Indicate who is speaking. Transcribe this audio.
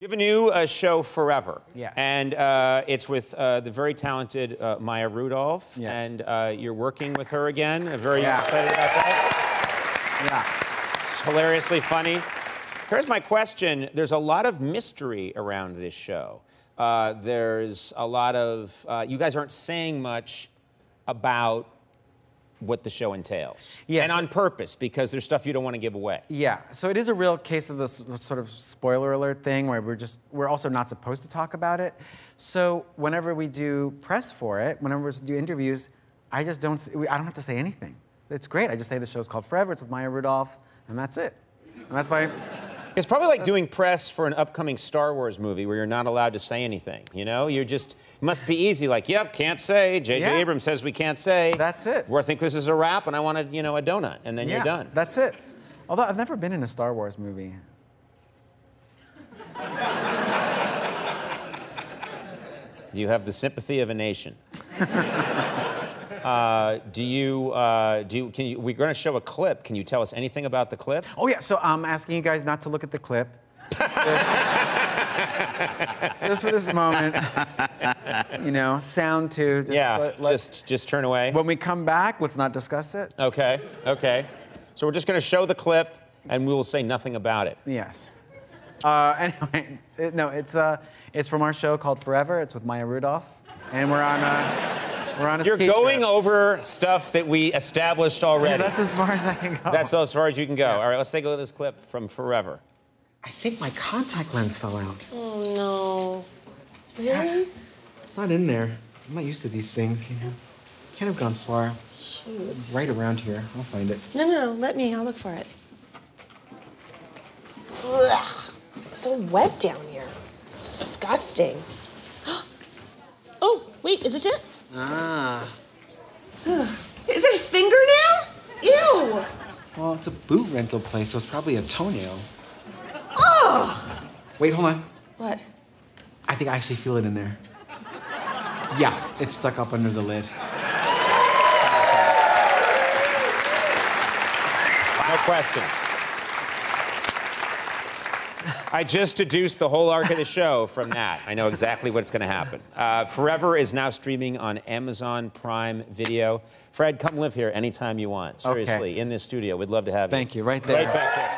Speaker 1: You have a new uh, show, Forever.
Speaker 2: Yeah.
Speaker 1: And uh, it's with uh, the very talented uh, Maya Rudolph.
Speaker 2: Yes.
Speaker 1: And uh, you're working with her again. I'm very
Speaker 2: Yeah.
Speaker 1: excited about that.
Speaker 2: Yeah.
Speaker 1: It's hilariously funny. Here's my question there's a lot of mystery around this show. Uh, there's a lot of, uh, you guys aren't saying much about what the show entails.
Speaker 2: Yes.
Speaker 1: And on purpose, because there's stuff you don't want to give away.
Speaker 2: Yeah. So it is a real case of this sort of spoiler alert thing where we're just we're also not supposed to talk about it. So whenever we do press for it, whenever we do interviews, I just don't s- I don't have to say anything. It's great. I just say the show's called Forever. It's with Maya Rudolph, and that's it. And that's my
Speaker 1: It's probably like doing press for an upcoming Star Wars movie where you're not allowed to say anything. You know, you're just must be easy. Like, yep, can't say. J.J.
Speaker 2: Yeah.
Speaker 1: Abrams says we can't say.
Speaker 2: That's it.
Speaker 1: Or I think this is a wrap, and I want a you know a donut, and then
Speaker 2: yeah,
Speaker 1: you're done.
Speaker 2: That's it. Although I've never been in a Star Wars movie.
Speaker 1: You have the sympathy of a nation. uh, do you uh, do? You, can you? We're going to show a clip. Can you tell us anything about the clip?
Speaker 2: Oh yeah, so I'm asking you guys not to look at the clip. just, just for this moment, you know, sound too. Just
Speaker 1: yeah.
Speaker 2: let- let's-
Speaker 1: just just turn away.
Speaker 2: when we come back, let's not discuss it.
Speaker 1: okay. Okay. So we're just going to show the clip, and we will say nothing about it.
Speaker 2: Yes. Uh, anyway, it- no, it's uh, it's from our show called Forever. It's with Maya Rudolph, and we're on a we're on a.
Speaker 1: You're
Speaker 2: ski
Speaker 1: going
Speaker 2: trip.
Speaker 1: over stuff that we established already.
Speaker 2: That's as far as I can go.
Speaker 1: That's as far as you can go. All right, let's take a look at this clip from Forever.
Speaker 2: I think my contact lens fell out.
Speaker 3: No. Really?
Speaker 2: It's not in there. I'm not used to these things, you know. Can't have gone far. Right around here. I'll find it.
Speaker 3: No, no, no. Let me. I'll look for it. Ugh, so wet down here. Disgusting. Oh, wait. Is this it?
Speaker 2: Ah.
Speaker 3: Is it a fingernail? Ew.
Speaker 2: Well, it's a boot rental place, so it's probably a toenail.
Speaker 3: Ugh.
Speaker 2: Wait, hold on.
Speaker 3: What?
Speaker 2: I think I actually feel it in there. Yeah, it's stuck up under the lid.
Speaker 1: No questions. I just deduced the whole arc of the show from that. I know exactly what's going to happen. Uh, Forever is now streaming on Amazon Prime Video. Fred, come live here anytime you want. Seriously, in this studio. We'd love to have you.
Speaker 2: Thank you. Right there.
Speaker 1: Right back there.